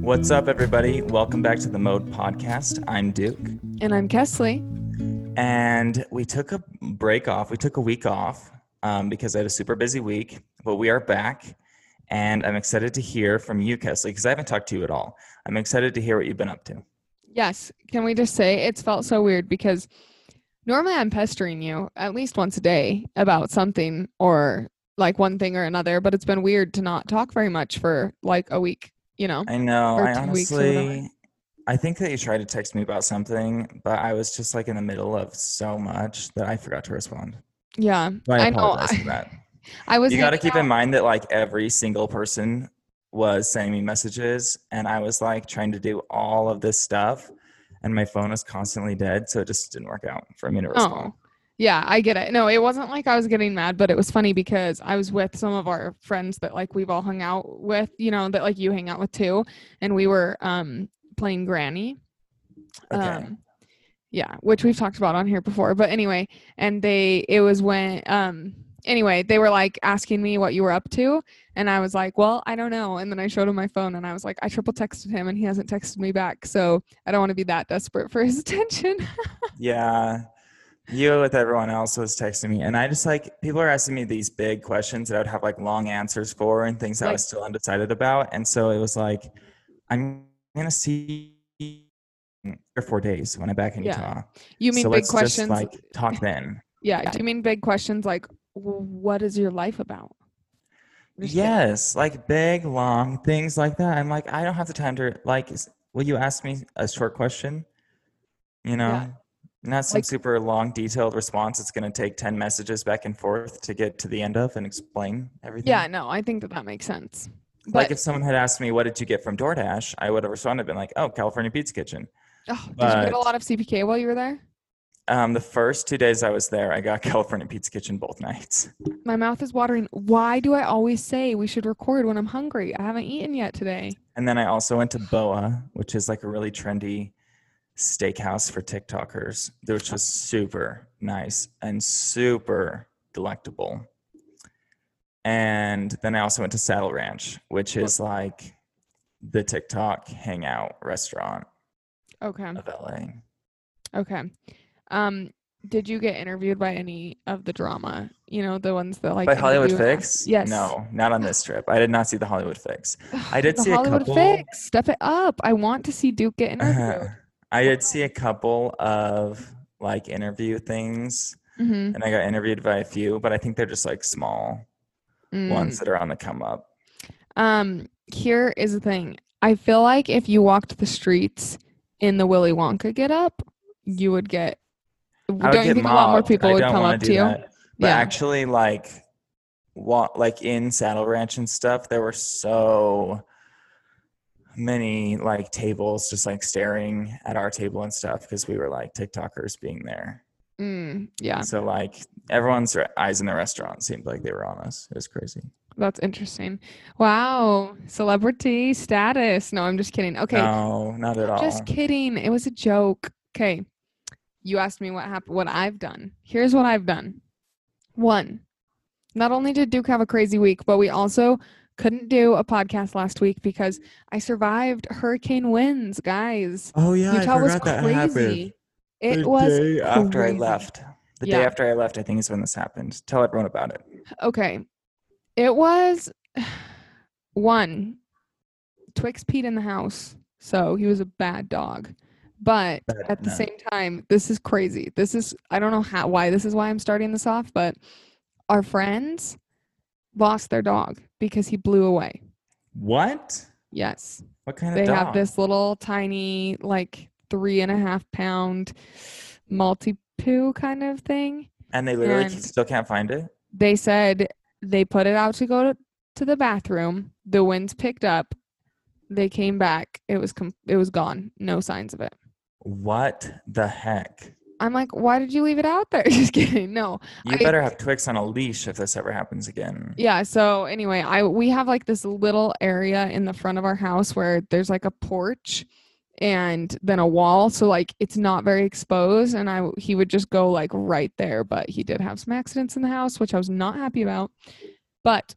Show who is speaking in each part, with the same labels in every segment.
Speaker 1: What's up, everybody? Welcome back to the Mode Podcast. I'm Duke.
Speaker 2: And I'm Kesley.
Speaker 1: And we took a break off. We took a week off um, because I had a super busy week, but we are back. And I'm excited to hear from you, Kesley, because I haven't talked to you at all. I'm excited to hear what you've been up to.
Speaker 2: Yes. Can we just say it's felt so weird because normally I'm pestering you at least once a day about something or like one thing or another, but it's been weird to not talk very much for like a week, you know?
Speaker 1: I know.
Speaker 2: Or
Speaker 1: I
Speaker 2: two weeks or whatever.
Speaker 1: honestly, I think that you tried to text me about something, but I was just like in the middle of so much that I forgot to respond.
Speaker 2: Yeah.
Speaker 1: So I
Speaker 2: I know.
Speaker 1: apologize for that.
Speaker 2: I was
Speaker 1: you got to
Speaker 2: hanging
Speaker 1: keep
Speaker 2: out-
Speaker 1: in mind that like every single person was sending me messages and i was like trying to do all of this stuff and my phone was constantly dead so it just didn't work out for me to respond
Speaker 2: Oh. Yeah, I get it. No, it wasn't like I was getting mad, but it was funny because I was with some of our friends that like we've all hung out with, you know, that like you hang out with too, and we were um playing Granny.
Speaker 1: okay
Speaker 2: Um, yeah, which we've talked about on here before. But anyway, and they it was when um anyway, they were like asking me what you were up to and I was like, "Well, I don't know." And then I showed him my phone and I was like, "I triple texted him and he hasn't texted me back." So, I don't want to be that desperate for his attention.
Speaker 1: yeah you with everyone else was texting me and i just like people are asking me these big questions that i would have like long answers for and things i
Speaker 2: Like-
Speaker 1: was still undecided about and so it was like i'm gonna see you in three or four days when i'm back in
Speaker 2: Yeah.
Speaker 1: utah
Speaker 2: you mean
Speaker 1: so
Speaker 2: big
Speaker 1: let's
Speaker 2: questions?
Speaker 1: just like talk then
Speaker 2: yeah, do you mean big questions like "W- what is your life about? Just kidding.
Speaker 1: Yes, like big, long things like that. I'm like, I don't have the time to like. s- Will you ask me a short question? You know, not some
Speaker 2: Like-
Speaker 1: super long, detailed response. It's going to take ten messages back and forth to get to the end of and explain everything.
Speaker 2: Yeah, no, I think that that makes sense.
Speaker 1: like
Speaker 2: but-
Speaker 1: if someone had asked me, "What did you get from DoorDash?" I would have responded, "Been like, oh, California Pizza Kitchen."
Speaker 2: Oh, did you get a
Speaker 1: But-
Speaker 2: lot of CPK while you were there?
Speaker 1: Um, the first two days I was there, I got California Pizza Kitchen both nights.
Speaker 2: My mouth is watering. Why do I always say we should record when I'm hungry? I haven't eaten yet today.
Speaker 1: And then I also went to Boa, which is like a really trendy steakhouse for TikTokers, which was super nice and super delectable. And then I also went to Saddle Ranch, which is like the TikTok hangout restaurant
Speaker 2: Okay.
Speaker 1: of LA.
Speaker 2: Okay. Um, did you get interviewed by any of the drama? You know, the ones that like
Speaker 1: By Hollywood
Speaker 2: interview and
Speaker 1: Fix?
Speaker 2: ask- Yes.
Speaker 1: No, not on this trip. I did not see the Hollywood Fix. I did
Speaker 2: the
Speaker 1: see a
Speaker 2: Hollywood
Speaker 1: couple-
Speaker 2: Fix. Step it up. I want to see Duke get interviewed.
Speaker 1: Uh-huh. I did see a couple of like interview things
Speaker 2: Mhm.
Speaker 1: and I got interviewed by a few, but I think they're just like small
Speaker 2: Mm.
Speaker 1: ones that are on the come up.
Speaker 2: Um, here is the thing. I feel like if you walked the streets in the Willy Wonka get up, you would get.
Speaker 1: I would
Speaker 2: don't you
Speaker 1: get
Speaker 2: think a lot more
Speaker 1: mobbed.
Speaker 2: people
Speaker 1: I
Speaker 2: would
Speaker 1: don't
Speaker 2: come
Speaker 1: wanna
Speaker 2: up
Speaker 1: do
Speaker 2: to you?
Speaker 1: that. But
Speaker 2: Yeah.
Speaker 1: actually, like, wa- like in Saddle Ranch and stuff, there were so many like tables just like staring at our table and stuff because we were like TikTokers being there.
Speaker 2: Mm, yeah.
Speaker 1: So like everyone's re- eyes in the restaurant seemed like they were on us. It was crazy.
Speaker 2: That's interesting. Wow. Celebrity status. No, I'm just kidding. Okay.
Speaker 1: No, not at all.
Speaker 2: Just kidding. It was a joke. Okay. You asked me what happened what I've done. Here's what I've done. One. Not only did Duke have a crazy week, but we also couldn't do a podcast last week because I survived hurricane winds, guys.
Speaker 1: oh yeah,
Speaker 2: Utah was crazy. It was
Speaker 1: after I
Speaker 2: crazy.
Speaker 1: left. The day
Speaker 2: Yeah.
Speaker 1: after I left, I think is when this happened. Tell everyone about it.
Speaker 2: okay. It was one. Twix peed in the house, so he was a bad dog. But
Speaker 1: Bad
Speaker 2: at the
Speaker 1: nut.
Speaker 2: same time, this is crazy. This is I don't know how why this is why I'm starting this off, but our friends lost their dog because he blew away.
Speaker 1: What?
Speaker 2: Yes.
Speaker 1: What kind
Speaker 2: They
Speaker 1: of dog?
Speaker 2: have this little tiny, like three and a half pound multi poo kind of thing.
Speaker 1: and they literally c-
Speaker 2: and-
Speaker 1: still can't find it.
Speaker 2: They said they put it out to go to, to the bathroom. The winds picked up. They came back. It was com- it was gone. No signs of it.
Speaker 1: What the heck?
Speaker 2: I'm like, why did you leave it out there? Just kidding. No.
Speaker 1: You
Speaker 2: I-
Speaker 1: better have Twix on a leash if this ever happens again.
Speaker 2: Yeah. So anyway, I we have like this little area in the front of our house where there's like a porch and then a wall. So like it's not very exposed. And I he would just go like right there. But he did have some accidents in the house, which I was not happy about. But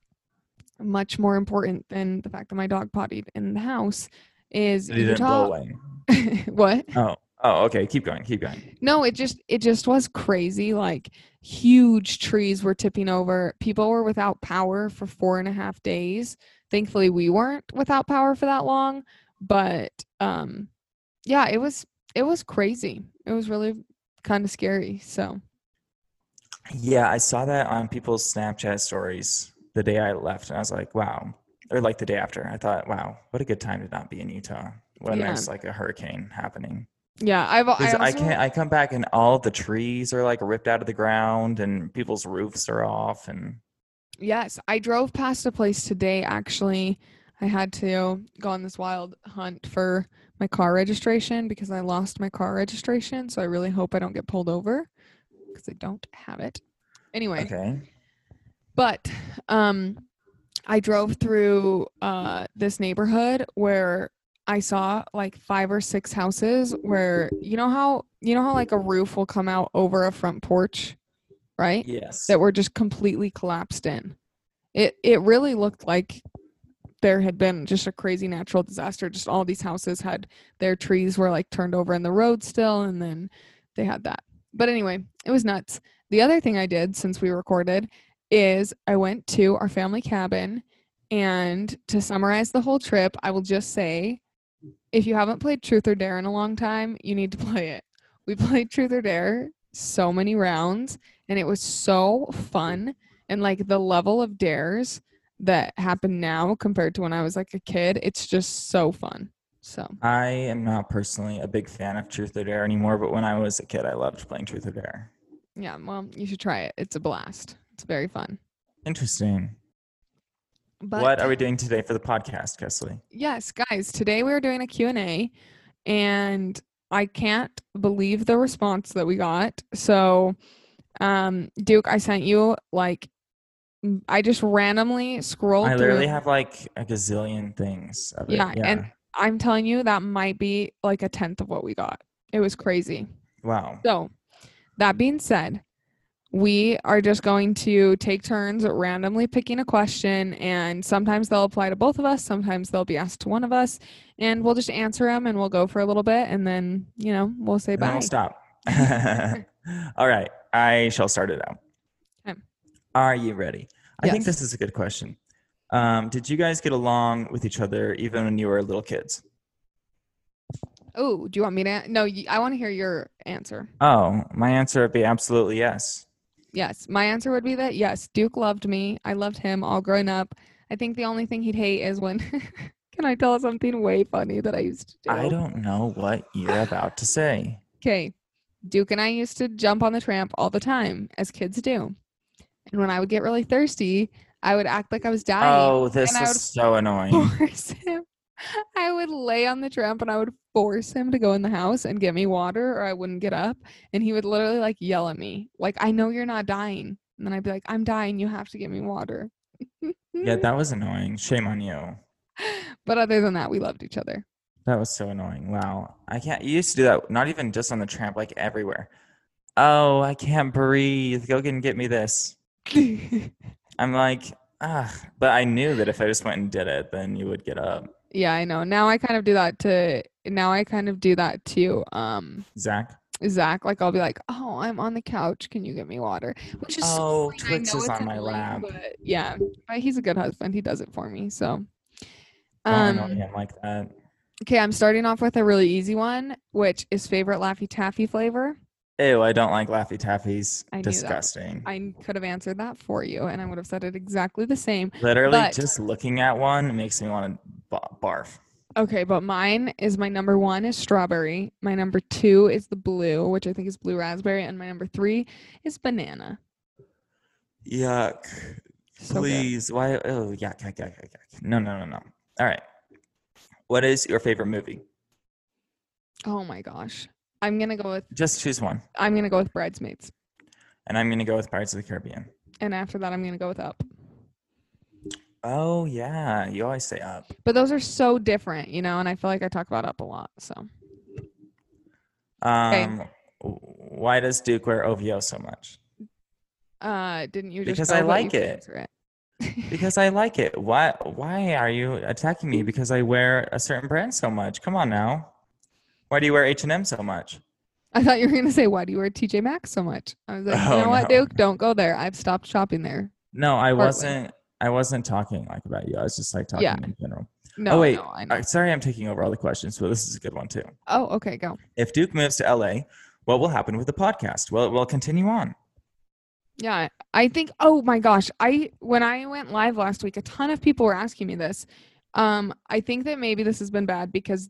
Speaker 2: much more important than the fact that my dog pottied in the house is
Speaker 1: It didn't blow
Speaker 2: Utah.
Speaker 1: away.
Speaker 2: what?
Speaker 1: Oh, oh, okay. Keep going. Keep going.
Speaker 2: No, it just it just was crazy. Like huge trees were tipping over. People were without power for four and a half days. Thankfully, we weren't without power for that long. But um, yeah, it was it was crazy. It was really kind of scary. So
Speaker 1: Yeah, I saw that on people's Snapchat stories the day I left, and I was like, wow. Or like the day after, I thought, wow, what a good time to not be in Utah when
Speaker 2: Yeah.
Speaker 1: there's like a hurricane happening.
Speaker 2: yeah, I've I,
Speaker 1: 'Cause
Speaker 2: also,
Speaker 1: I, can't. I come back and all the trees are like ripped out of the ground, and people's roofs are off, and
Speaker 2: Yes, I drove past a place today actually. I had to go on this wild hunt for my car registration because I lost my car registration, so I really hope I don't get pulled over because I don't have it. Anyway,
Speaker 1: okay.
Speaker 2: but um I drove through uh this neighborhood where I saw like five or six houses where you know how you know how like a roof will come out over a front porch, right?
Speaker 1: Yes.
Speaker 2: that were just completely collapsed in. It it really looked like there had been just a crazy natural disaster. Just all these houses had their trees were like turned over in the road still, and then they had that. But anyway, it was nuts. The other thing I did since we recorded is I went to our family cabin, and to summarize the whole trip, I will just say, if you haven't played Truth or Dare in a long time, you need to play it. We played Truth or Dare so many rounds and it was so fun and like the level of dares that happen now compared to when i was like a kid it's just so fun so
Speaker 1: I am not personally a big fan of Truth or Dare anymore, but when I was a kid, I loved playing Truth or Dare.
Speaker 2: yeah well you should try it it's a blast it's very fun
Speaker 1: Interesting.
Speaker 2: but
Speaker 1: what are we doing today for the podcast, Kesley?
Speaker 2: yes guys today we were doing a q&a and i can't believe the response that we got so um duke i sent you like m- i just randomly scrolled
Speaker 1: I
Speaker 2: through
Speaker 1: literally have like a gazillion things. Of it.
Speaker 2: Yeah, and I'm telling you, that might be like a tenth of what we got. It was crazy.
Speaker 1: wow.
Speaker 2: So, that being said, we are just going to take turns at randomly picking a question, and sometimes they'll apply to both of us, sometimes they'll be asked to one of us, and we'll just answer them and we'll go for a little bit, and then, you know, we'll say
Speaker 1: And then
Speaker 2: bye.
Speaker 1: we'll stop. All right, I shall start it out.
Speaker 2: Okay.
Speaker 1: Are you ready? I think
Speaker 2: Yes.
Speaker 1: this is a good question. Um, did you guys get along with each other even when you were little kids?
Speaker 2: Oh, do you want me to? No, y- I want to hear your answer.
Speaker 1: Oh, my answer would be absolutely yes.
Speaker 2: Yes. My answer would be that yes, Duke loved me. I loved him all growing up. I think the only thing he'd hate is when can I tell something way funny that I used to do?
Speaker 1: I don't know what you're about to say.
Speaker 2: Okay. Duke and I used to jump on the tramp all the time, as kids do. And when I would get really thirsty, I would act like I was dying.
Speaker 1: Oh, this
Speaker 2: and I
Speaker 1: is
Speaker 2: would-
Speaker 1: so annoying.
Speaker 2: Force him. I would lay on the tramp and I would force him to go in the house and get me water or I wouldn't get up. And he would literally like yell at me, like, I know you're not dying. And then I'd be like, I'm dying. You have to get me water.
Speaker 1: Yeah, that was annoying. Shame on you.
Speaker 2: but other than that, we loved each other.
Speaker 1: That was so annoying. Wow. I can't. You used to do that, not even just on the tramp, like everywhere. Oh, I can't breathe. Go get and get me this. I'm like, ah. But I knew that if I just went and did it, then you would get up.
Speaker 2: yeah, I know. Now I kind of do that to now I kind of do that to um
Speaker 1: Zach.
Speaker 2: Zach. Like I'll be like, Oh, I'm on the couch. Can you get me water? Which is so
Speaker 1: Oh,
Speaker 2: annoying. I
Speaker 1: Twix
Speaker 2: know
Speaker 1: is
Speaker 2: it's
Speaker 1: on my
Speaker 2: annoying,
Speaker 1: lap.
Speaker 2: But yeah. But he's a good husband. He does it for me. So
Speaker 1: Oh, Don't
Speaker 2: um,
Speaker 1: annoy him like that.
Speaker 2: okay, I'm starting off with a really easy one, which is favorite Laffy Taffy flavor.
Speaker 1: Ew, I don't like Laffy Taffy's.
Speaker 2: I knew that.
Speaker 1: Disgusting.
Speaker 2: I could have answered that for you and I would have said it exactly the same.
Speaker 1: Literally,
Speaker 2: but-
Speaker 1: just looking at one makes me want to barf.
Speaker 2: Okay, but mine is my number one is strawberry. My number two is the blue, which I think is blue raspberry, and my number three is banana.
Speaker 1: Yuck.
Speaker 2: So good.
Speaker 1: Please. Why? Oh, yuck, yuck, yuck, yuck, yuck. No, no, no, no. All right. What is your favorite movie?
Speaker 2: Oh my gosh. I'm gonna go with
Speaker 1: Just choose one.
Speaker 2: I'm gonna go with bridesmaids.
Speaker 1: And I'm going to go with Pirates of the Caribbean.
Speaker 2: And after that I'm gonna go with up.
Speaker 1: Oh, yeah. You always say uh, up.
Speaker 2: But those are so different, you know, and I feel like I talk about up a lot. So
Speaker 1: Um, w- Why does Duke wear OVO so much?
Speaker 2: uh didn't you just
Speaker 1: Because
Speaker 2: go
Speaker 1: I
Speaker 2: but you
Speaker 1: like
Speaker 2: can
Speaker 1: it.
Speaker 2: answer
Speaker 1: because I like it. Why why are you attacking me because I wear a certain brand so much? Come on now. Why do you wear H&M so much?
Speaker 2: I thought you were going to say, why do you wear TJ Maxx so much? I was like, you
Speaker 1: Oh,
Speaker 2: know what,
Speaker 1: no.
Speaker 2: Duke? Don't go there. I've stopped shopping there.
Speaker 1: No, I
Speaker 2: Partly.
Speaker 1: wasn't I wasn't talking like about you. I was just like talking
Speaker 2: Yeah.
Speaker 1: in general.
Speaker 2: No,
Speaker 1: wait.
Speaker 2: no, I know.
Speaker 1: Uh, sorry I'm taking over all the questions, but this is a good one too.
Speaker 2: oh, okay, go.
Speaker 1: If Duke moves to LA, what will happen with the podcast? Well, it will continue on.
Speaker 2: Yeah, I think. Oh my gosh, I when I went live last week, a ton of people were asking me this. Um, I think that maybe this has been bad because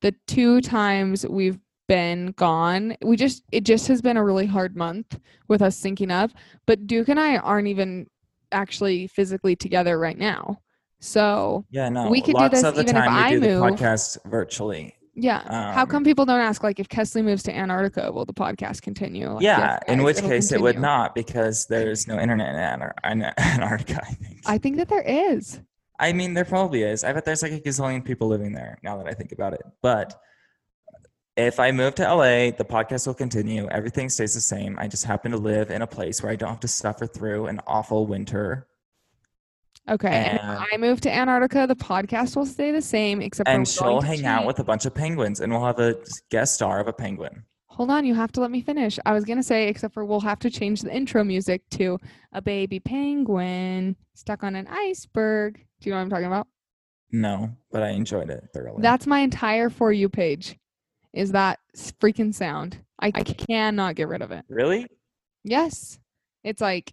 Speaker 2: the two times we've been gone, we just it just has been a really hard month with us syncing up. But Duke and I aren't even actually physically together right now. So
Speaker 1: Yeah, no.
Speaker 2: We can do
Speaker 1: Lots
Speaker 2: this
Speaker 1: of the
Speaker 2: even if
Speaker 1: time
Speaker 2: I
Speaker 1: we do
Speaker 2: move.
Speaker 1: the podcast virtually.
Speaker 2: yeah, how
Speaker 1: Um,
Speaker 2: come people don't ask like if Kesley moves to Antarctica, will the podcast continue? Like,
Speaker 1: yeah,
Speaker 2: yes,
Speaker 1: in
Speaker 2: guys,
Speaker 1: which
Speaker 2: it'll
Speaker 1: case it would
Speaker 2: continue.
Speaker 1: not because there's no internet in Anar- in Antarctica, I think.
Speaker 2: I think that there is.
Speaker 1: I mean, there probably is. I bet there's like a gazillion people living there now that I think about it. But if I move to LA, the podcast will continue. Everything stays the same. I just happen to live in a place where I don't have to suffer through an awful winter.
Speaker 2: Okay. And if
Speaker 1: And-
Speaker 2: I move to Antarctica, the podcast will stay the same, except for
Speaker 1: And
Speaker 2: we're
Speaker 1: she'll
Speaker 2: going to
Speaker 1: hang out
Speaker 2: change-
Speaker 1: with a bunch of penguins, and we'll have a guest star of a penguin.
Speaker 2: Hold on, you have to let me finish. I was gonna say, except for we'll have to change the intro music to a baby penguin stuck on an iceberg. Do you know what I'm talking about?
Speaker 1: No, but I enjoyed it thoroughly.
Speaker 2: That's my entire for you page. Is that s- freaking sound? I cannot get rid of it.
Speaker 1: really?
Speaker 2: Yes. It's like,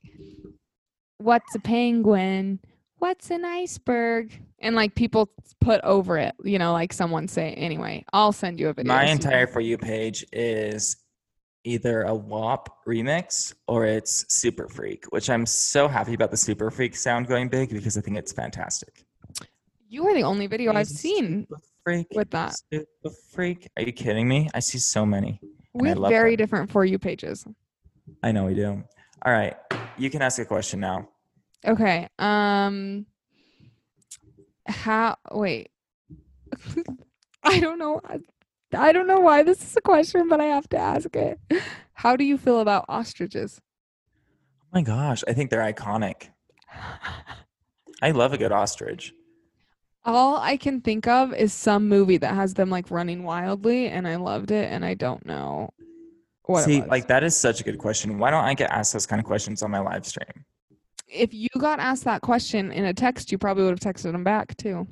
Speaker 2: what's a penguin? What's an iceberg? And like people put over it, you know, like someone say, anyway, I'll send you a video.
Speaker 1: My
Speaker 2: so you can-
Speaker 1: entire For You page is either a WAP remix or it's Super Freak, which I'm so happy about the Super Freak sound going big because I think it's fantastic.
Speaker 2: You are the only video I've
Speaker 1: He's a
Speaker 2: seen
Speaker 1: super freak,
Speaker 2: with that.
Speaker 1: super freak. Are you kidding me? I see so many.
Speaker 2: We
Speaker 1: I
Speaker 2: have
Speaker 1: love
Speaker 2: very
Speaker 1: them.
Speaker 2: different for you pages.
Speaker 1: I know we do. All right. You can ask a question now. Oh
Speaker 2: Okay. Um how wait. I don't know. I don't know why this is a question, but I have to ask it. How do you feel about ostriches?
Speaker 1: Oh my gosh. I think they're iconic. I love a good ostrich.
Speaker 2: All I can think of is some movie that has them like running wildly, and I loved it, and I don't know what
Speaker 1: see,
Speaker 2: it was.
Speaker 1: like that is such a good question. Why don't I get asked those kind of questions on my live stream?
Speaker 2: if you got asked that question in a text, you probably would have texted them back too.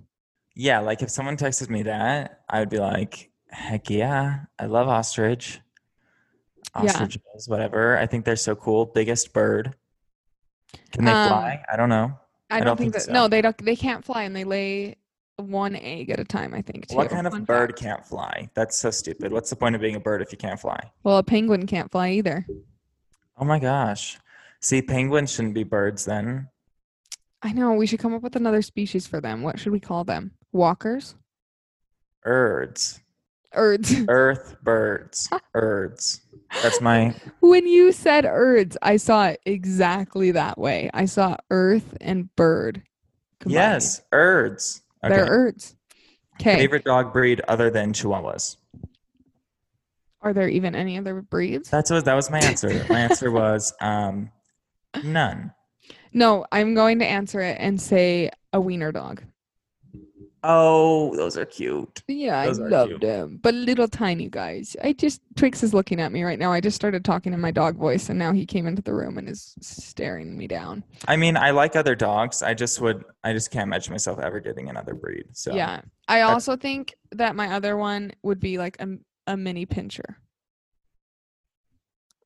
Speaker 1: Yeah, like if someone texted me that, I would be like, heck yeah, I love ostrich.
Speaker 2: Yeah.
Speaker 1: Ostriches, whatever. I think they're so cool. Biggest bird. Can they
Speaker 2: Um,
Speaker 1: fly? I don't know.
Speaker 2: I don't, think, that. No, they don't. They can't fly, and they lay one egg at a time. I think. Too.
Speaker 1: What kind of
Speaker 2: Fun
Speaker 1: bird
Speaker 2: fact.
Speaker 1: can't fly? That's so stupid. What's the point of being a bird if you can't fly?
Speaker 2: Well, a penguin can't fly either.
Speaker 1: Oh my gosh. See, penguins shouldn't be birds then.
Speaker 2: I know. We should come up with another species for them. What should we call them? Walkers,
Speaker 1: Erds.
Speaker 2: Erds.
Speaker 1: Earth birds. Erds. That's my
Speaker 2: when you said Erds, I saw it exactly that way. I saw Earth and bird. combining.
Speaker 1: Yes, erds.
Speaker 2: they're
Speaker 1: Okay.
Speaker 2: Erds. Okay.
Speaker 1: Favorite dog breed other than chihuahuas.
Speaker 2: Are there even any other breeds?
Speaker 1: That's what that was my answer. My answer was um none.
Speaker 2: No, I'm going to answer it and say a wiener dog.
Speaker 1: Oh, those are cute.
Speaker 2: Yeah,
Speaker 1: Those
Speaker 2: I
Speaker 1: are
Speaker 2: love
Speaker 1: cute.
Speaker 2: them. But little tiny guys. I just Trix is looking at me right now. I just started talking in my dog voice and now he came into the room and is staring me down.
Speaker 1: I mean, I like other dogs. I just would I just can't imagine myself ever getting another breed. So
Speaker 2: yeah. I
Speaker 1: that's-
Speaker 2: also think that my other one would be like a, m- a mini pincher.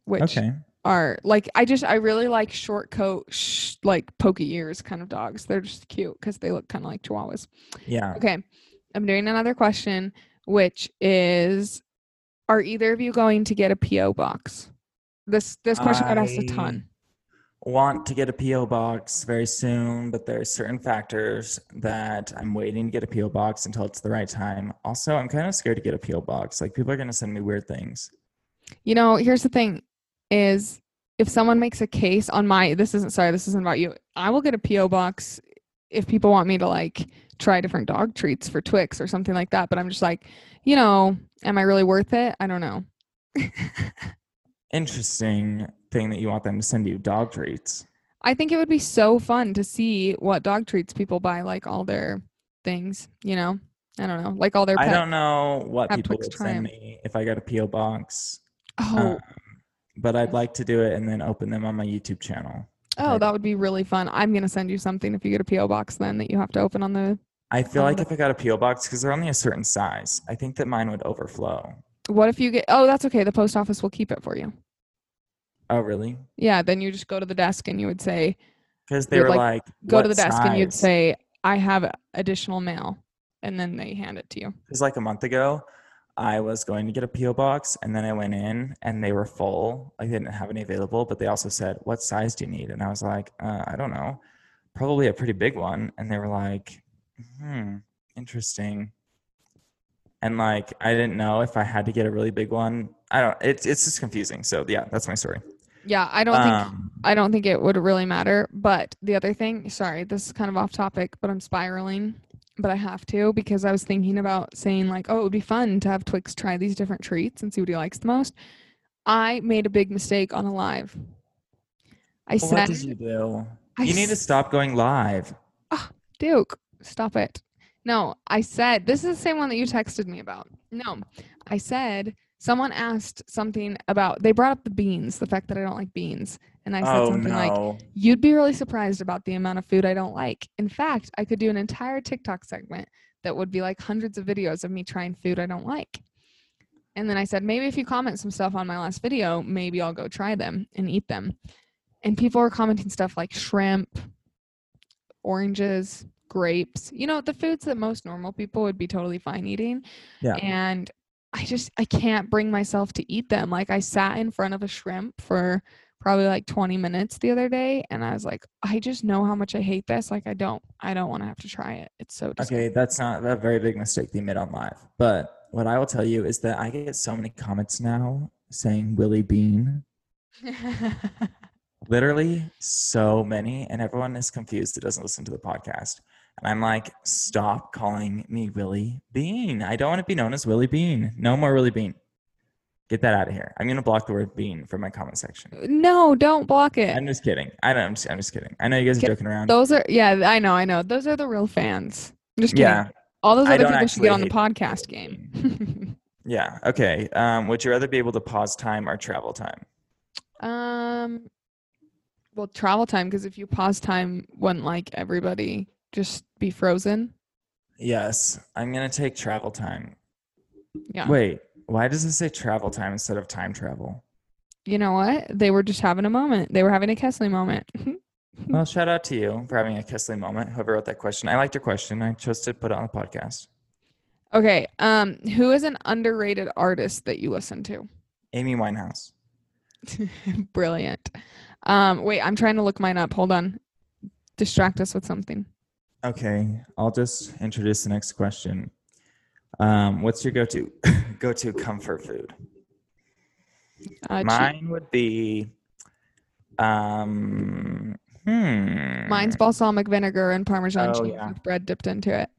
Speaker 2: Which
Speaker 1: Okay.
Speaker 2: are like I just I really like short coat sh- like pokey ears kind of dogs. They're just cute cuz they look kind of like chihuahuas.
Speaker 1: Yeah.
Speaker 2: Okay. I'm doing another question, which is are either of you going to get a PO box? This this question got asked a
Speaker 1: I-
Speaker 2: ton.
Speaker 1: want to get a PO box very soon, but there are certain factors that I'm waiting to get a PO box until it's the right time. Also, I'm kind of scared to get a PO box. Like people are going to send me weird things.
Speaker 2: You know, here's the thing is if someone makes a case on my this isn't sorry, this isn't about you. I will get a PO box if people want me to like try different dog treats for Twix or something like that, but I'm just like, you know, am I really worth it? I don't know.
Speaker 1: Interesting thing that you want them to send you dog treats.
Speaker 2: I think it would be so fun to see what dog treats people buy, like all their things, you know? I don't know, like all their
Speaker 1: I
Speaker 2: pet.
Speaker 1: don't know what
Speaker 2: At
Speaker 1: people
Speaker 2: Twix
Speaker 1: would send
Speaker 2: Triumph.
Speaker 1: me if I got a PO box, um,
Speaker 2: Oh,
Speaker 1: but I'd like to do it and then open them on my YouTube channel.
Speaker 2: oh,
Speaker 1: I-
Speaker 2: that would be really fun. I'm going to send you something if you get a P.O. box then that you have to open on the.
Speaker 1: I feel
Speaker 2: Oh,
Speaker 1: like
Speaker 2: that-
Speaker 1: if I got a PO box, because they're only a certain size, I think that mine would overflow.
Speaker 2: What if you get. Oh, that's okay. The post office will keep it for you.
Speaker 1: Oh, really?
Speaker 2: Yeah, then you just go to the desk and you would say,
Speaker 1: Because they
Speaker 2: You'd,
Speaker 1: were
Speaker 2: like,
Speaker 1: like,
Speaker 2: go to
Speaker 1: "What
Speaker 2: the desk and you'd
Speaker 1: size?"
Speaker 2: say, I have additional mail. And then they hand it to you.
Speaker 1: because like a month ago i was going to get a po box and then i went in and they were full i didn't have any available but they also said what size do you need and i was like uh, i don't know probably a pretty big one and they were like hmm interesting and like i didn't know if i had to get a really big one i don't it's, it's just confusing so yeah that's my story
Speaker 2: Yeah, I don't think
Speaker 1: Um,
Speaker 2: I don't think it would really matter. But the other thing, sorry, this is kind of off topic, but I'm spiraling, but I have to because I was thinking about saying, like, oh, it would be fun to have Twix try these different treats and see what he likes the most. I made a big mistake on a live. I
Speaker 1: well, what
Speaker 2: said,
Speaker 1: did you do
Speaker 2: I
Speaker 1: you need to
Speaker 2: s-
Speaker 1: stop going live
Speaker 2: Duke, stop it. No, I said, this is the same one that you texted me about. No, I said, someone asked something about, they brought up the beans, the fact that I don't like beans. And I said
Speaker 1: oh
Speaker 2: something
Speaker 1: no
Speaker 2: like, You'd be really surprised about the amount of food I don't like. In fact, I could do an entire TikTok segment that would be like hundreds of videos of me trying food I don't like. And then I said, maybe if you comment some stuff on my last video, maybe I'll go try them and eat them. And people were commenting stuff like shrimp, oranges, grapes, you know, the foods that most normal people would be totally fine eating
Speaker 1: yeah
Speaker 2: and I just I can't bring myself to eat them. Like I sat in front of a shrimp for probably like 20 minutes the other day and I was like, I just know how much I hate this. Like I don't I don't want to have to try it. It's so disgusting.
Speaker 1: Okay, that's not a very big mistake they made on live. But what I will tell you is that I get so many comments now saying Willie Bean. Literally so many, and everyone is confused that doesn't listen to the podcast. And I'm like, stop calling me Willie Bean. I don't want to be known as Willie Bean. No more Willie Bean. Get that out of here. I'm gonna block the word bean from my comment section.
Speaker 2: no, don't block it.
Speaker 1: I'm just kidding. I don't I'm just, I'm just kidding. I know you guys are
Speaker 2: Get
Speaker 1: joking around.
Speaker 2: those are yeah, I know, I know. Those are the real fans. I'm just kidding.
Speaker 1: Yeah.
Speaker 2: All those
Speaker 1: I
Speaker 2: other
Speaker 1: don't
Speaker 2: people should get on the
Speaker 1: actually
Speaker 2: podcast game.
Speaker 1: Yeah. Okay. Um, would you rather be able to pause time or travel time?
Speaker 2: um well, travel time because if you pause time wouldn't like everybody just be frozen.
Speaker 1: Yes, I'm gonna take travel time.
Speaker 2: Yeah.
Speaker 1: Wait, why does it say travel time instead of time travel?
Speaker 2: you know what? They were just having a moment. They were having a Kesley moment. Hmm.
Speaker 1: Well, shout out to you for having a Kesley moment. Whoever wrote that question, I liked your question. I chose to put it on the podcast.
Speaker 2: okay. Um, who is an underrated artist that you listen to?
Speaker 1: Amy Winehouse.
Speaker 2: Brilliant. Um, wait, I'm trying to look mine up. Hold on. Distract us with something.
Speaker 1: Okay, I'll just introduce the next question. Um, what's your go-to go-to comfort food?
Speaker 2: Uh, cheat-
Speaker 1: Mine would be, um, hmm.
Speaker 2: mine's balsamic vinegar and Parmesan
Speaker 1: Oh,
Speaker 2: cheese
Speaker 1: yeah.
Speaker 2: with bread dipped into it.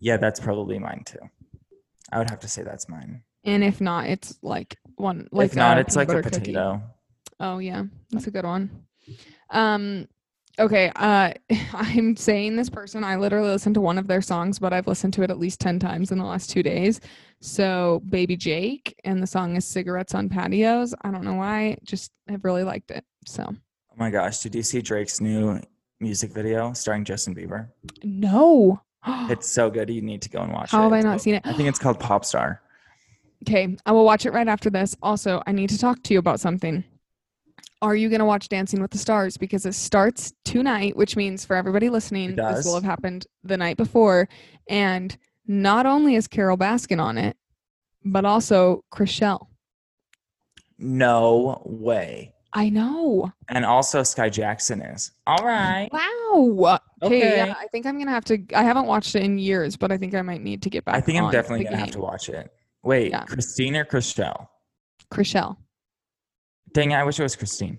Speaker 1: yeah, that's probably mine too. I would have to say that's mine.
Speaker 2: And if not, it's like one like
Speaker 1: if not,
Speaker 2: a
Speaker 1: it's like
Speaker 2: peanut
Speaker 1: a
Speaker 2: butter cookie.
Speaker 1: potato.
Speaker 2: Oh yeah, that's a good one. Um, okay. Uh, I'm saying this person. I literally listened to one of their songs, but I've listened to it at least ten times in the last two days. So, Baby Jake, and the song is "Cigarettes on Patios." I don't know why. Just have really liked it. So,
Speaker 1: Oh my gosh, did you see Drake's new music video starring Justin Bieber?
Speaker 2: no.
Speaker 1: It's so good. You need to go and watch
Speaker 2: How
Speaker 1: it.
Speaker 2: have I
Speaker 1: It's
Speaker 2: not
Speaker 1: called-
Speaker 2: seen it?
Speaker 1: I think it's called Pop Star.
Speaker 2: Okay, I will watch it right after this. Also, I need to talk to you about something. Are you going to watch Dancing with the Stars? Because it starts tonight, which means for everybody listening, this
Speaker 1: does.
Speaker 2: will have happened the night before. And not only is Carol Baskin on it, but also Chriselle.
Speaker 1: No way.
Speaker 2: I know.
Speaker 1: And also Sky Jackson is. All right.
Speaker 2: Wow. Okay.
Speaker 1: Okay.
Speaker 2: Yeah, I think I'm going to have to. I haven't watched it in years, but I think I might need to get back.
Speaker 1: I think I'm
Speaker 2: on
Speaker 1: definitely
Speaker 2: the
Speaker 1: gonna have
Speaker 2: game.
Speaker 1: to watch it. Wait,
Speaker 2: Yeah.
Speaker 1: Christine or Christelle?
Speaker 2: Chriselle.
Speaker 1: Dang it, I wish it was Christine.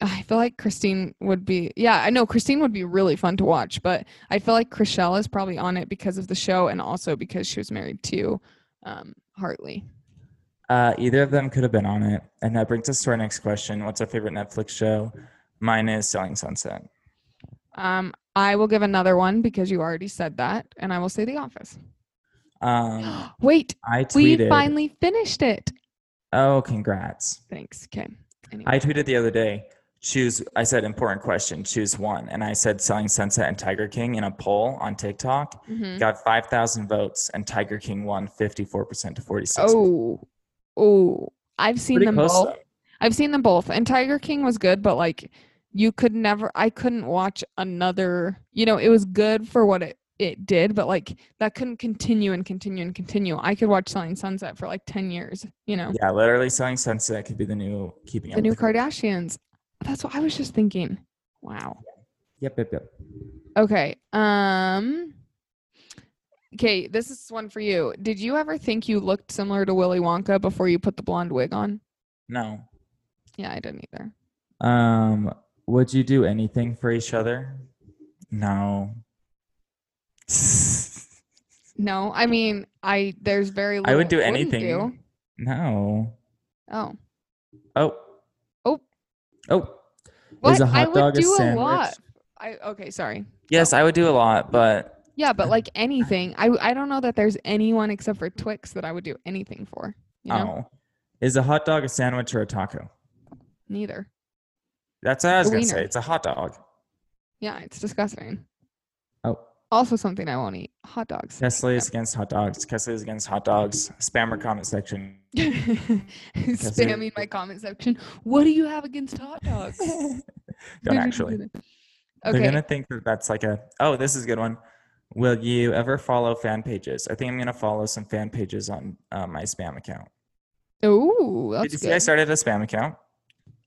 Speaker 2: I feel like Christine would be yeah, I know Christine would be really fun to watch, but I feel like Chriselle is probably on it because of the show and also because she was married to um Hartley.
Speaker 1: Uh, either of them could have been on it. And that brings us to our next question. What's our favorite Netflix show? Mine is Selling Sunset.
Speaker 2: Um, I will give another one because you already said that, and I will say The Office.
Speaker 1: Um,
Speaker 2: Wait,
Speaker 1: I tweeted.
Speaker 2: we finally finished it.
Speaker 1: oh, congrats!
Speaker 2: Thanks. Okay. Anyway.
Speaker 1: I tweeted the other day. Choose. I said important question. Choose one, and I said Selling Sunset and Tiger King in a poll on TikTok.
Speaker 2: Mhm.
Speaker 1: Got five thousand votes, and Tiger King won fifty-four percent to forty-six.
Speaker 2: Oh, oh, I've seen
Speaker 1: Pretty
Speaker 2: them
Speaker 1: close,
Speaker 2: both.
Speaker 1: though.
Speaker 2: I've seen them both, and Tiger King was good, but like you could never, I couldn't watch another. You know, it was good for what it it did, but like that couldn't continue and continue and continue. I could watch Selling Sunset for like ten years. You know,
Speaker 1: Yeah, literally Selling Sunset could be the new keeping
Speaker 2: Oh, the
Speaker 1: up.
Speaker 2: new
Speaker 1: with the-
Speaker 2: Kardashians. That's what I was just thinking. Wow.
Speaker 1: Yep, yep, yep.
Speaker 2: Okay. Um. Okay, this is one for you. Did you ever think you looked similar to Willy Wonka before you put the blonde wig on?
Speaker 1: No.
Speaker 2: Yeah, I didn't either.
Speaker 1: Um, would you do anything for each other? No.
Speaker 2: No, I mean, I there's very little
Speaker 1: I would do
Speaker 2: you wouldn't
Speaker 1: anything.
Speaker 2: do.
Speaker 1: No.
Speaker 2: Oh,
Speaker 1: Oh.
Speaker 2: Oh.
Speaker 1: Oh.
Speaker 2: what?
Speaker 1: a
Speaker 2: I
Speaker 1: hot
Speaker 2: would
Speaker 1: dog a
Speaker 2: do
Speaker 1: sandwich?
Speaker 2: lot. I okay, sorry.
Speaker 1: Yes, I would do a lot, but
Speaker 2: Yeah, but like anything, I I don't know that there's anyone except for Twix that I would do anything for. You know,
Speaker 1: oh. Is a hot dog a sandwich or a taco?
Speaker 2: neither.
Speaker 1: That's what I was
Speaker 2: A
Speaker 1: gonna
Speaker 2: wiener.
Speaker 1: say. It's a hot dog.
Speaker 2: Yeah, it's disgusting.
Speaker 1: Oh.
Speaker 2: Also, something I won't eat: hot dogs.
Speaker 1: Kesley is against hot dogs. Kesley is against hot dogs. Spammer comment section.
Speaker 2: Spamming my comment section. What do you have against hot dogs?
Speaker 1: Don't actually.
Speaker 2: Okay.
Speaker 1: They're gonna think that that's like a oh, this is a good one. Will you ever follow fan pages? I think I'm gonna follow some fan pages on uh, my spam account.
Speaker 2: Oh, that's
Speaker 1: Did you
Speaker 2: good.
Speaker 1: see I started a spam account?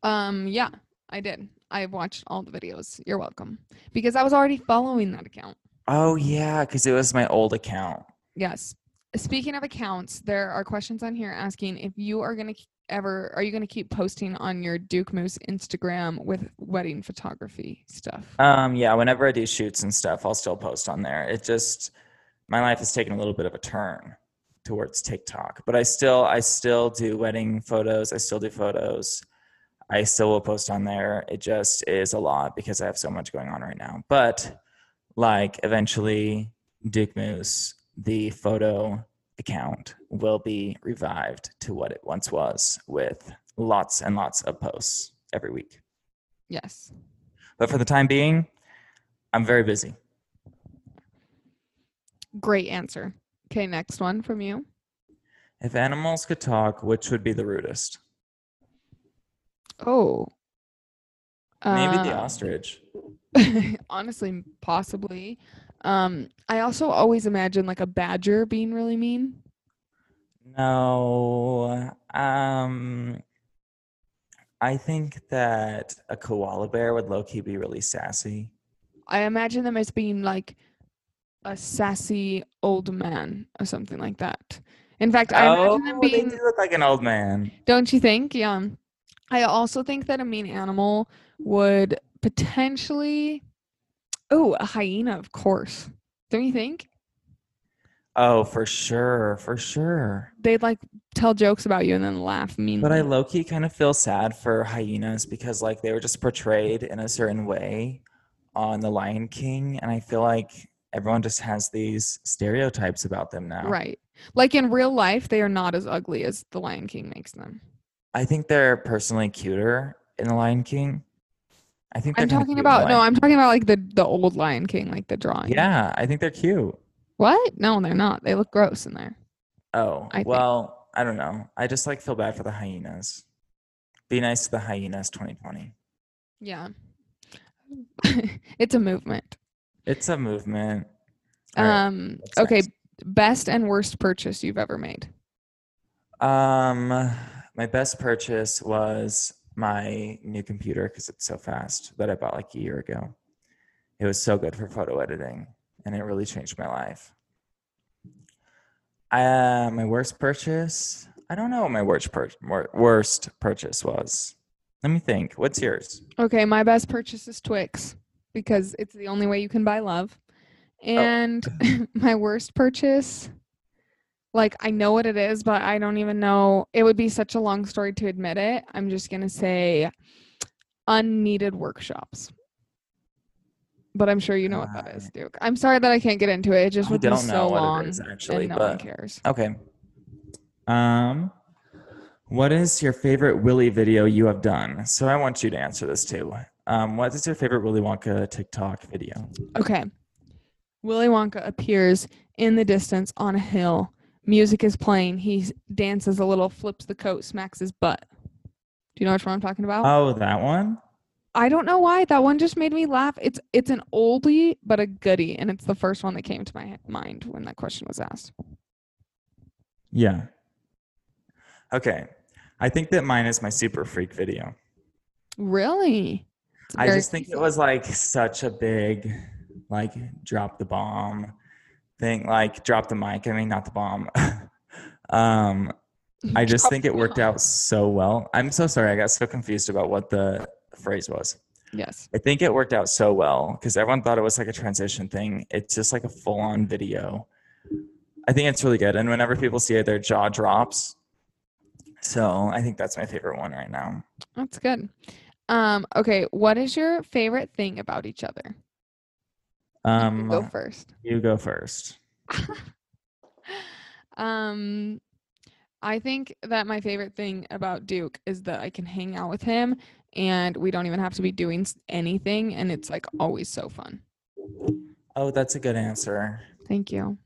Speaker 2: Um, yeah, I did. I watched all the videos. You're welcome. Because I was already following that account.
Speaker 1: Oh yeah, because it was my old account.
Speaker 2: Yes. Speaking of accounts, there are questions on here asking if you are going to ever are you going to keep posting on your Duke Moose Instagram with wedding photography stuff?
Speaker 1: Um yeah, whenever I do shoots and stuff, I'll still post on there. It just my life has taken a little bit of a turn towards TikTok. But I still I still do wedding photos, I still do photos. I still will post on there. It just is a lot because I have so much going on right now. But like eventually Duke Moose, the photo account will be revived to what it once was with lots and lots of posts every week.
Speaker 2: Yes.
Speaker 1: But for the time being, I'm very busy.
Speaker 2: Great answer. Okay, next one from you.
Speaker 1: If animals could talk, which would be the rudest?
Speaker 2: Oh.
Speaker 1: Maybe the
Speaker 2: Uh,
Speaker 1: ostrich.
Speaker 2: honestly, possibly. Um, I also always imagine like a badger being really mean.
Speaker 1: No. Um I think that a koala bear would low key be really sassy.
Speaker 2: I imagine them as being like a sassy old man or something like that. In fact, I imagine them
Speaker 1: Oh, they
Speaker 2: being,
Speaker 1: do look like an old man.
Speaker 2: don't you think? Yeah. I also think that a mean animal would potentially, oh, a hyena, of course. Don't you think?
Speaker 1: Oh, for sure, for sure.
Speaker 2: They'd like tell jokes about you and then laugh mean.
Speaker 1: But I low key kind of feel sad for hyenas because like they were just portrayed in a certain way on The Lion King, and I feel like everyone just has these stereotypes about them now.
Speaker 2: Right. Like in real life, they are not as ugly as the Lion King makes them.
Speaker 1: I think they're personally cuter in The Lion King. I think they're
Speaker 2: I'm
Speaker 1: kinda
Speaker 2: talking
Speaker 1: cute in
Speaker 2: about
Speaker 1: The
Speaker 2: no,
Speaker 1: Lion-
Speaker 2: I'm talking about like the the old Lion King, like the drawing.
Speaker 1: yeah, I think they're cute.
Speaker 2: What? No, they're not. They look gross in there.
Speaker 1: Oh,
Speaker 2: I think-
Speaker 1: well, I don't know. I just like feel bad for the hyenas. Be nice to the hyenas 2020.
Speaker 2: Yeah. it's a movement.
Speaker 1: It's a movement. All right,
Speaker 2: Um
Speaker 1: what's
Speaker 2: okay,
Speaker 1: next?
Speaker 2: best and worst purchase you've ever made.
Speaker 1: Um, my best purchase was my new computer because it's so fast that I bought like a year ago. It was so good for photo editing, and it really changed my life. Uh, my worst purchase? I don't know what my worst pur- wor- worst purchase was. Let me think. What's yours?
Speaker 2: Okay, my best purchase is Twix because it's the only way you can buy love.
Speaker 1: Oh.
Speaker 2: And my worst purchase like I know what it is, but I don't even know. It would be such a long story to admit it. I'm just going to say unneeded workshops. But I'm sure you know what that is, Duke. I'm sorry that I can't get into it. It just
Speaker 1: I
Speaker 2: would be
Speaker 1: don't know
Speaker 2: so
Speaker 1: what
Speaker 2: long,
Speaker 1: it is actually,
Speaker 2: and no one
Speaker 1: but
Speaker 2: cares.
Speaker 1: okay. Um, what is your favorite Willy video you have done? So I want you to answer this too. Um, what is your favorite Willy Wonka TikTok video?
Speaker 2: Okay. Willy Wonka appears in the distance on a hill. Music is playing. He s- dances a little, flips the coat, smacks his butt. Do you know which one I'm talking about?
Speaker 1: Oh, that one.
Speaker 2: I don't know why that one just made me laugh. It's it's an oldie but a goodie, and it's the first one that came to my he- mind when that question was asked.
Speaker 1: Yeah. Okay. I think that mine is my super freak video.
Speaker 2: Really? It's
Speaker 1: I
Speaker 2: very
Speaker 1: just think it
Speaker 2: recent.
Speaker 1: was like such a big, like drop the bomb thing, like drop the mic. I mean, not the bomb. um, I just
Speaker 2: Drop
Speaker 1: think it
Speaker 2: the
Speaker 1: worked
Speaker 2: bomb.
Speaker 1: out so well. I'm so sorry. I got so confused about what the phrase was.
Speaker 2: Yes.
Speaker 1: I think it worked out so well because everyone thought it was like a transition thing. It's just like a full on video. I think it's really good. And whenever people see it, their jaw drops. So I think that's my favorite one right now.
Speaker 2: That's good. Um, okay, what is your favorite thing about each other? You
Speaker 1: Um,
Speaker 2: go first.
Speaker 1: you go first.
Speaker 2: Um, I think that my favorite thing about Duke is that I can hang out with him and we don't even have to be doing s- anything and it's like always so fun.
Speaker 1: Oh, that's a good answer.
Speaker 2: Thank you.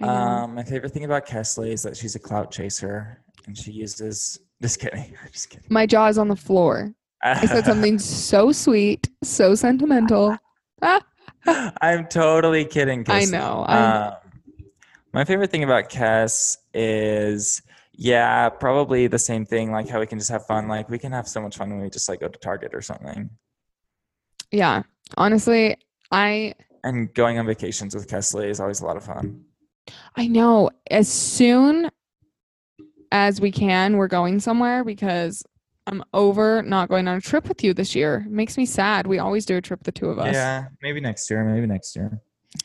Speaker 2: I know.
Speaker 1: Um, my favorite thing about Kesley is that she's a clout chaser and she uses. Just kidding. Just kidding.
Speaker 2: my jaw is on the floor. I said something so sweet, so sentimental.
Speaker 1: I'm totally kidding.
Speaker 2: I
Speaker 1: Kesley.
Speaker 2: know. I
Speaker 1: Um, my favorite thing about Kes is, yeah, probably the same thing. Like how we can just have fun. Like we can have so much fun when we just like go to Target or something.
Speaker 2: yeah. Honestly, I
Speaker 1: And going on vacations with Kesley is always a lot of fun.
Speaker 2: I know as soon as we can, we're going somewhere because I'm over not going on a trip with you this year. It makes me sad. We always do a trip, the two of us.
Speaker 1: Yeah, maybe next year. Maybe next year.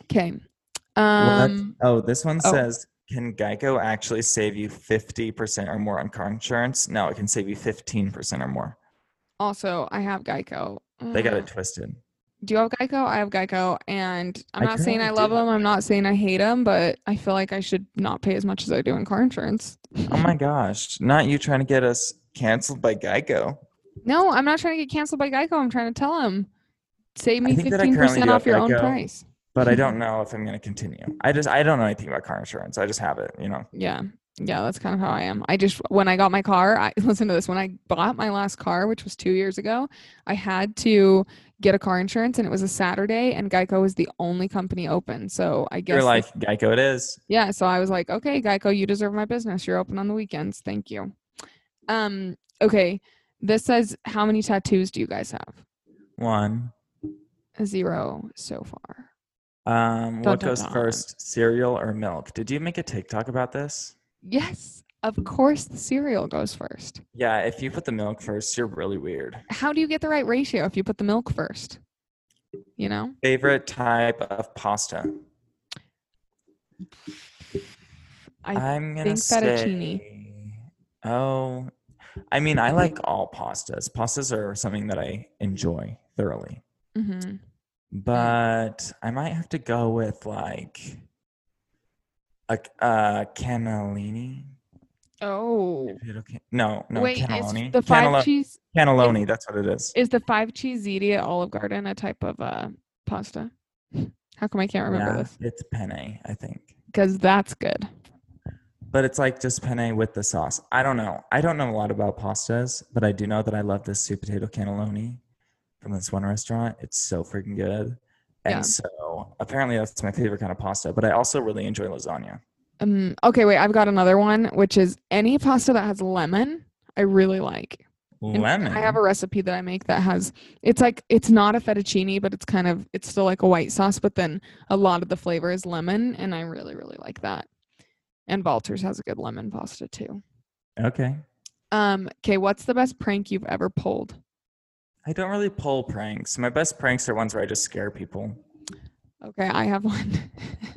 Speaker 2: Okay. Um,
Speaker 1: what? Oh, this one
Speaker 2: oh.
Speaker 1: says, can Geico actually save you fifty percent or more on car insurance? No, it can save you fifteen percent or more.
Speaker 2: also, I have Geico.
Speaker 1: They got
Speaker 2: Uh,
Speaker 1: it twisted.
Speaker 2: Do you have Geico? I have Geico, and I'm
Speaker 1: I
Speaker 2: not saying I
Speaker 1: currently
Speaker 2: love
Speaker 1: do.
Speaker 2: them. I'm not saying I hate them, but I feel like I should not pay as much as I do in car insurance.
Speaker 1: Oh my gosh! Not you trying to get us canceled by Geico.
Speaker 2: No, I'm not trying to get canceled by Geico. I'm trying to tell them, save me
Speaker 1: think that I
Speaker 2: 15
Speaker 1: currently
Speaker 2: percent
Speaker 1: do
Speaker 2: off
Speaker 1: have
Speaker 2: your own
Speaker 1: Geico.
Speaker 2: price.
Speaker 1: but I don't know if I'm going to continue. I just I don't know anything about car insurance. I just have it, you know.
Speaker 2: Yeah. Yeah, that's kind of how I am. I just when I got my car, I listen to this. When I bought my last car, which was 2 years ago, I had to get a car insurance and it was a Saturday and Geico was the only company open. So, I guess
Speaker 1: You're like Geico, it is.
Speaker 2: Yeah, so I was like, "Okay, Geico, you deserve my business. You're open on the weekends. Thank you." Um, okay. This says how many tattoos do you guys have?
Speaker 1: One.
Speaker 2: Zero so far.
Speaker 1: Um,
Speaker 2: Dun, dun,
Speaker 1: what goes
Speaker 2: dun.
Speaker 1: first, cereal or milk? Did you make a TikTok about this?
Speaker 2: Yes, of course the cereal goes first.
Speaker 1: Yeah, if you put the milk first, you're really weird.
Speaker 2: How do you get the right ratio if you put the milk first? You know?
Speaker 1: Favorite type of pasta?
Speaker 2: I
Speaker 1: I'm gonna
Speaker 2: think fettuccine.
Speaker 1: say. Oh, I mean, I like all pastas. Pastas are something that I enjoy thoroughly.
Speaker 2: mhm.
Speaker 1: but I might have to go with like a uh, cannellini.
Speaker 2: Oh.
Speaker 1: potato can- No, no,
Speaker 2: Wait,
Speaker 1: cannelloni.
Speaker 2: is the five
Speaker 1: Cannello-
Speaker 2: cheese
Speaker 1: cannelloni, that's what it is.
Speaker 2: is the five cheese ziti at Olive Garden a type of uh pasta? How come I can't remember
Speaker 1: Yeah,
Speaker 2: this?
Speaker 1: it's penne, I think.
Speaker 2: Because that's good.
Speaker 1: But it's like just penne with the sauce. I don't know. I don't know a lot about pastas, but I do know that I love this sweet potato cannelloni from this one restaurant. It's so freaking good. And
Speaker 2: Yeah.
Speaker 1: so apparently that's my favorite kind of pasta, but I also really enjoy lasagna.
Speaker 2: Um, okay, wait, I've got another one, which is any pasta that has lemon, I really like. And
Speaker 1: Lemon.
Speaker 2: I have a recipe that I make that has it's like it's not a fettuccine, but it's kind of it's still like a white sauce, but then a lot of the flavor is lemon, and I really, really like that. And Valters has a good lemon pasta too.
Speaker 1: okay.
Speaker 2: Um, okay, what's the best prank you've ever pulled?
Speaker 1: I don't really pull pranks. My best pranks are ones where I just scare people.
Speaker 2: Okay, I have one.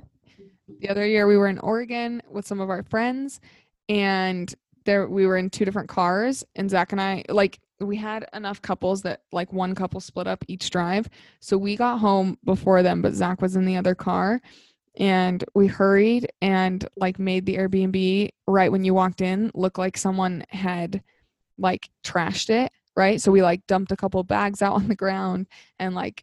Speaker 2: the other year we were in Oregon with some of our friends and there we were in two different cars and Zach and I like we had enough couples that like one couple split up each drive. So we got home before them, but Zach was in the other car and we hurried and like made the Airbnb right when you walked in look like someone had like trashed it, right? So we like dumped a couple bags out on the ground and like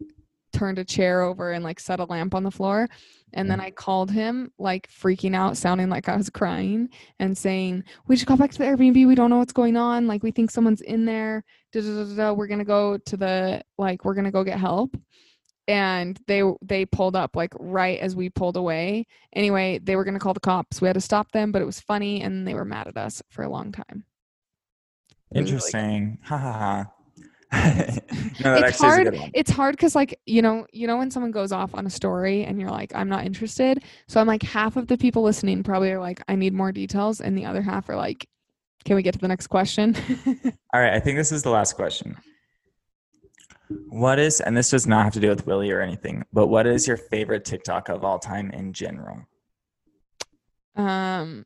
Speaker 2: turned a chair over and like set a lamp on the floor. And then I called him, like freaking out, sounding like I was crying and saying, We should call back to the Airbnb. We don't know what's going on. Like, we think someone's in there. Da, da, da, da, da. We're going to go to the, like, we're going to go get help. And they they pulled up like right as we pulled away. Anyway, they were gonna call the cops. We had to stop them, but it was funny, and they were mad at us for a long time. It was really good.
Speaker 1: Interesting. Ha ha ha. no, that actually
Speaker 2: It's
Speaker 1: is a
Speaker 2: hard-
Speaker 1: good one.
Speaker 2: it's hard because like you know you know when someone goes off on a story and you're like i'm not interested so i'm like half of the people listening probably are like i need more details and the other half are like can we get to the next question
Speaker 1: All right, I think this is the last question. What is, and this does not have to do with Willie or anything, but what is your favorite TikTok of all time in general?
Speaker 2: um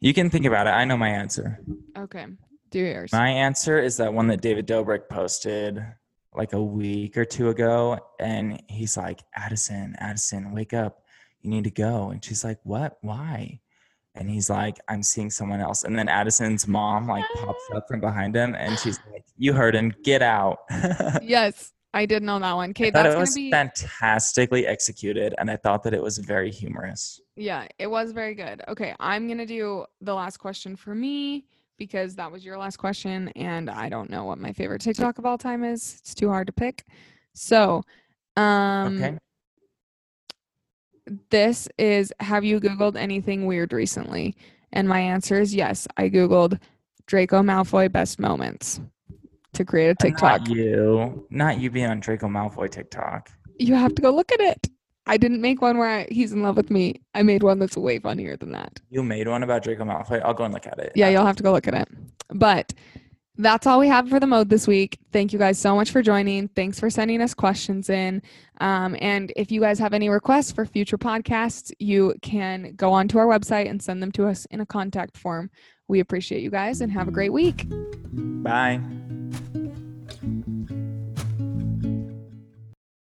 Speaker 1: You can think about it. I know my answer.
Speaker 2: okay do yours
Speaker 1: My answer is that one that David Dobrik posted like a week or two ago. And he's like, Addison, Addison, wake up. You need to go. And she's like, What? Why? And he's like, I'm seeing someone else. And then Addison's mom like pops up from behind him and she's like, You heard him. Get out.
Speaker 2: yes i did know that one kate
Speaker 1: thought
Speaker 2: that's
Speaker 1: it
Speaker 2: gonna
Speaker 1: was
Speaker 2: be
Speaker 1: fantastically executed, and I thought that it was very humorous.
Speaker 2: yeah it was very good okay i'm gonna do the last question for me because that was your last question and i don't know what my favorite tiktok of all time is it's too hard to pick so um
Speaker 1: okay.
Speaker 2: this is have you googled anything weird recently and my answer is yes i googled draco malfoy best moments to create a tiktok
Speaker 1: Not you, not you being on Draco Malfoy TikTok.
Speaker 2: you have to go look at it i didn't make one where I, he's in love with me i made one that's way funnier than that
Speaker 1: You made one about Draco Malfoy. I'll go and look at it.
Speaker 2: yeah you'll have to go look at it but that's all we have for the mode this week thank you guys so much for joining thanks for sending us questions in um, and if you guys have any requests for future podcasts you can go onto our website and send them to us in a contact form we appreciate you guys and have a great week
Speaker 1: Bye.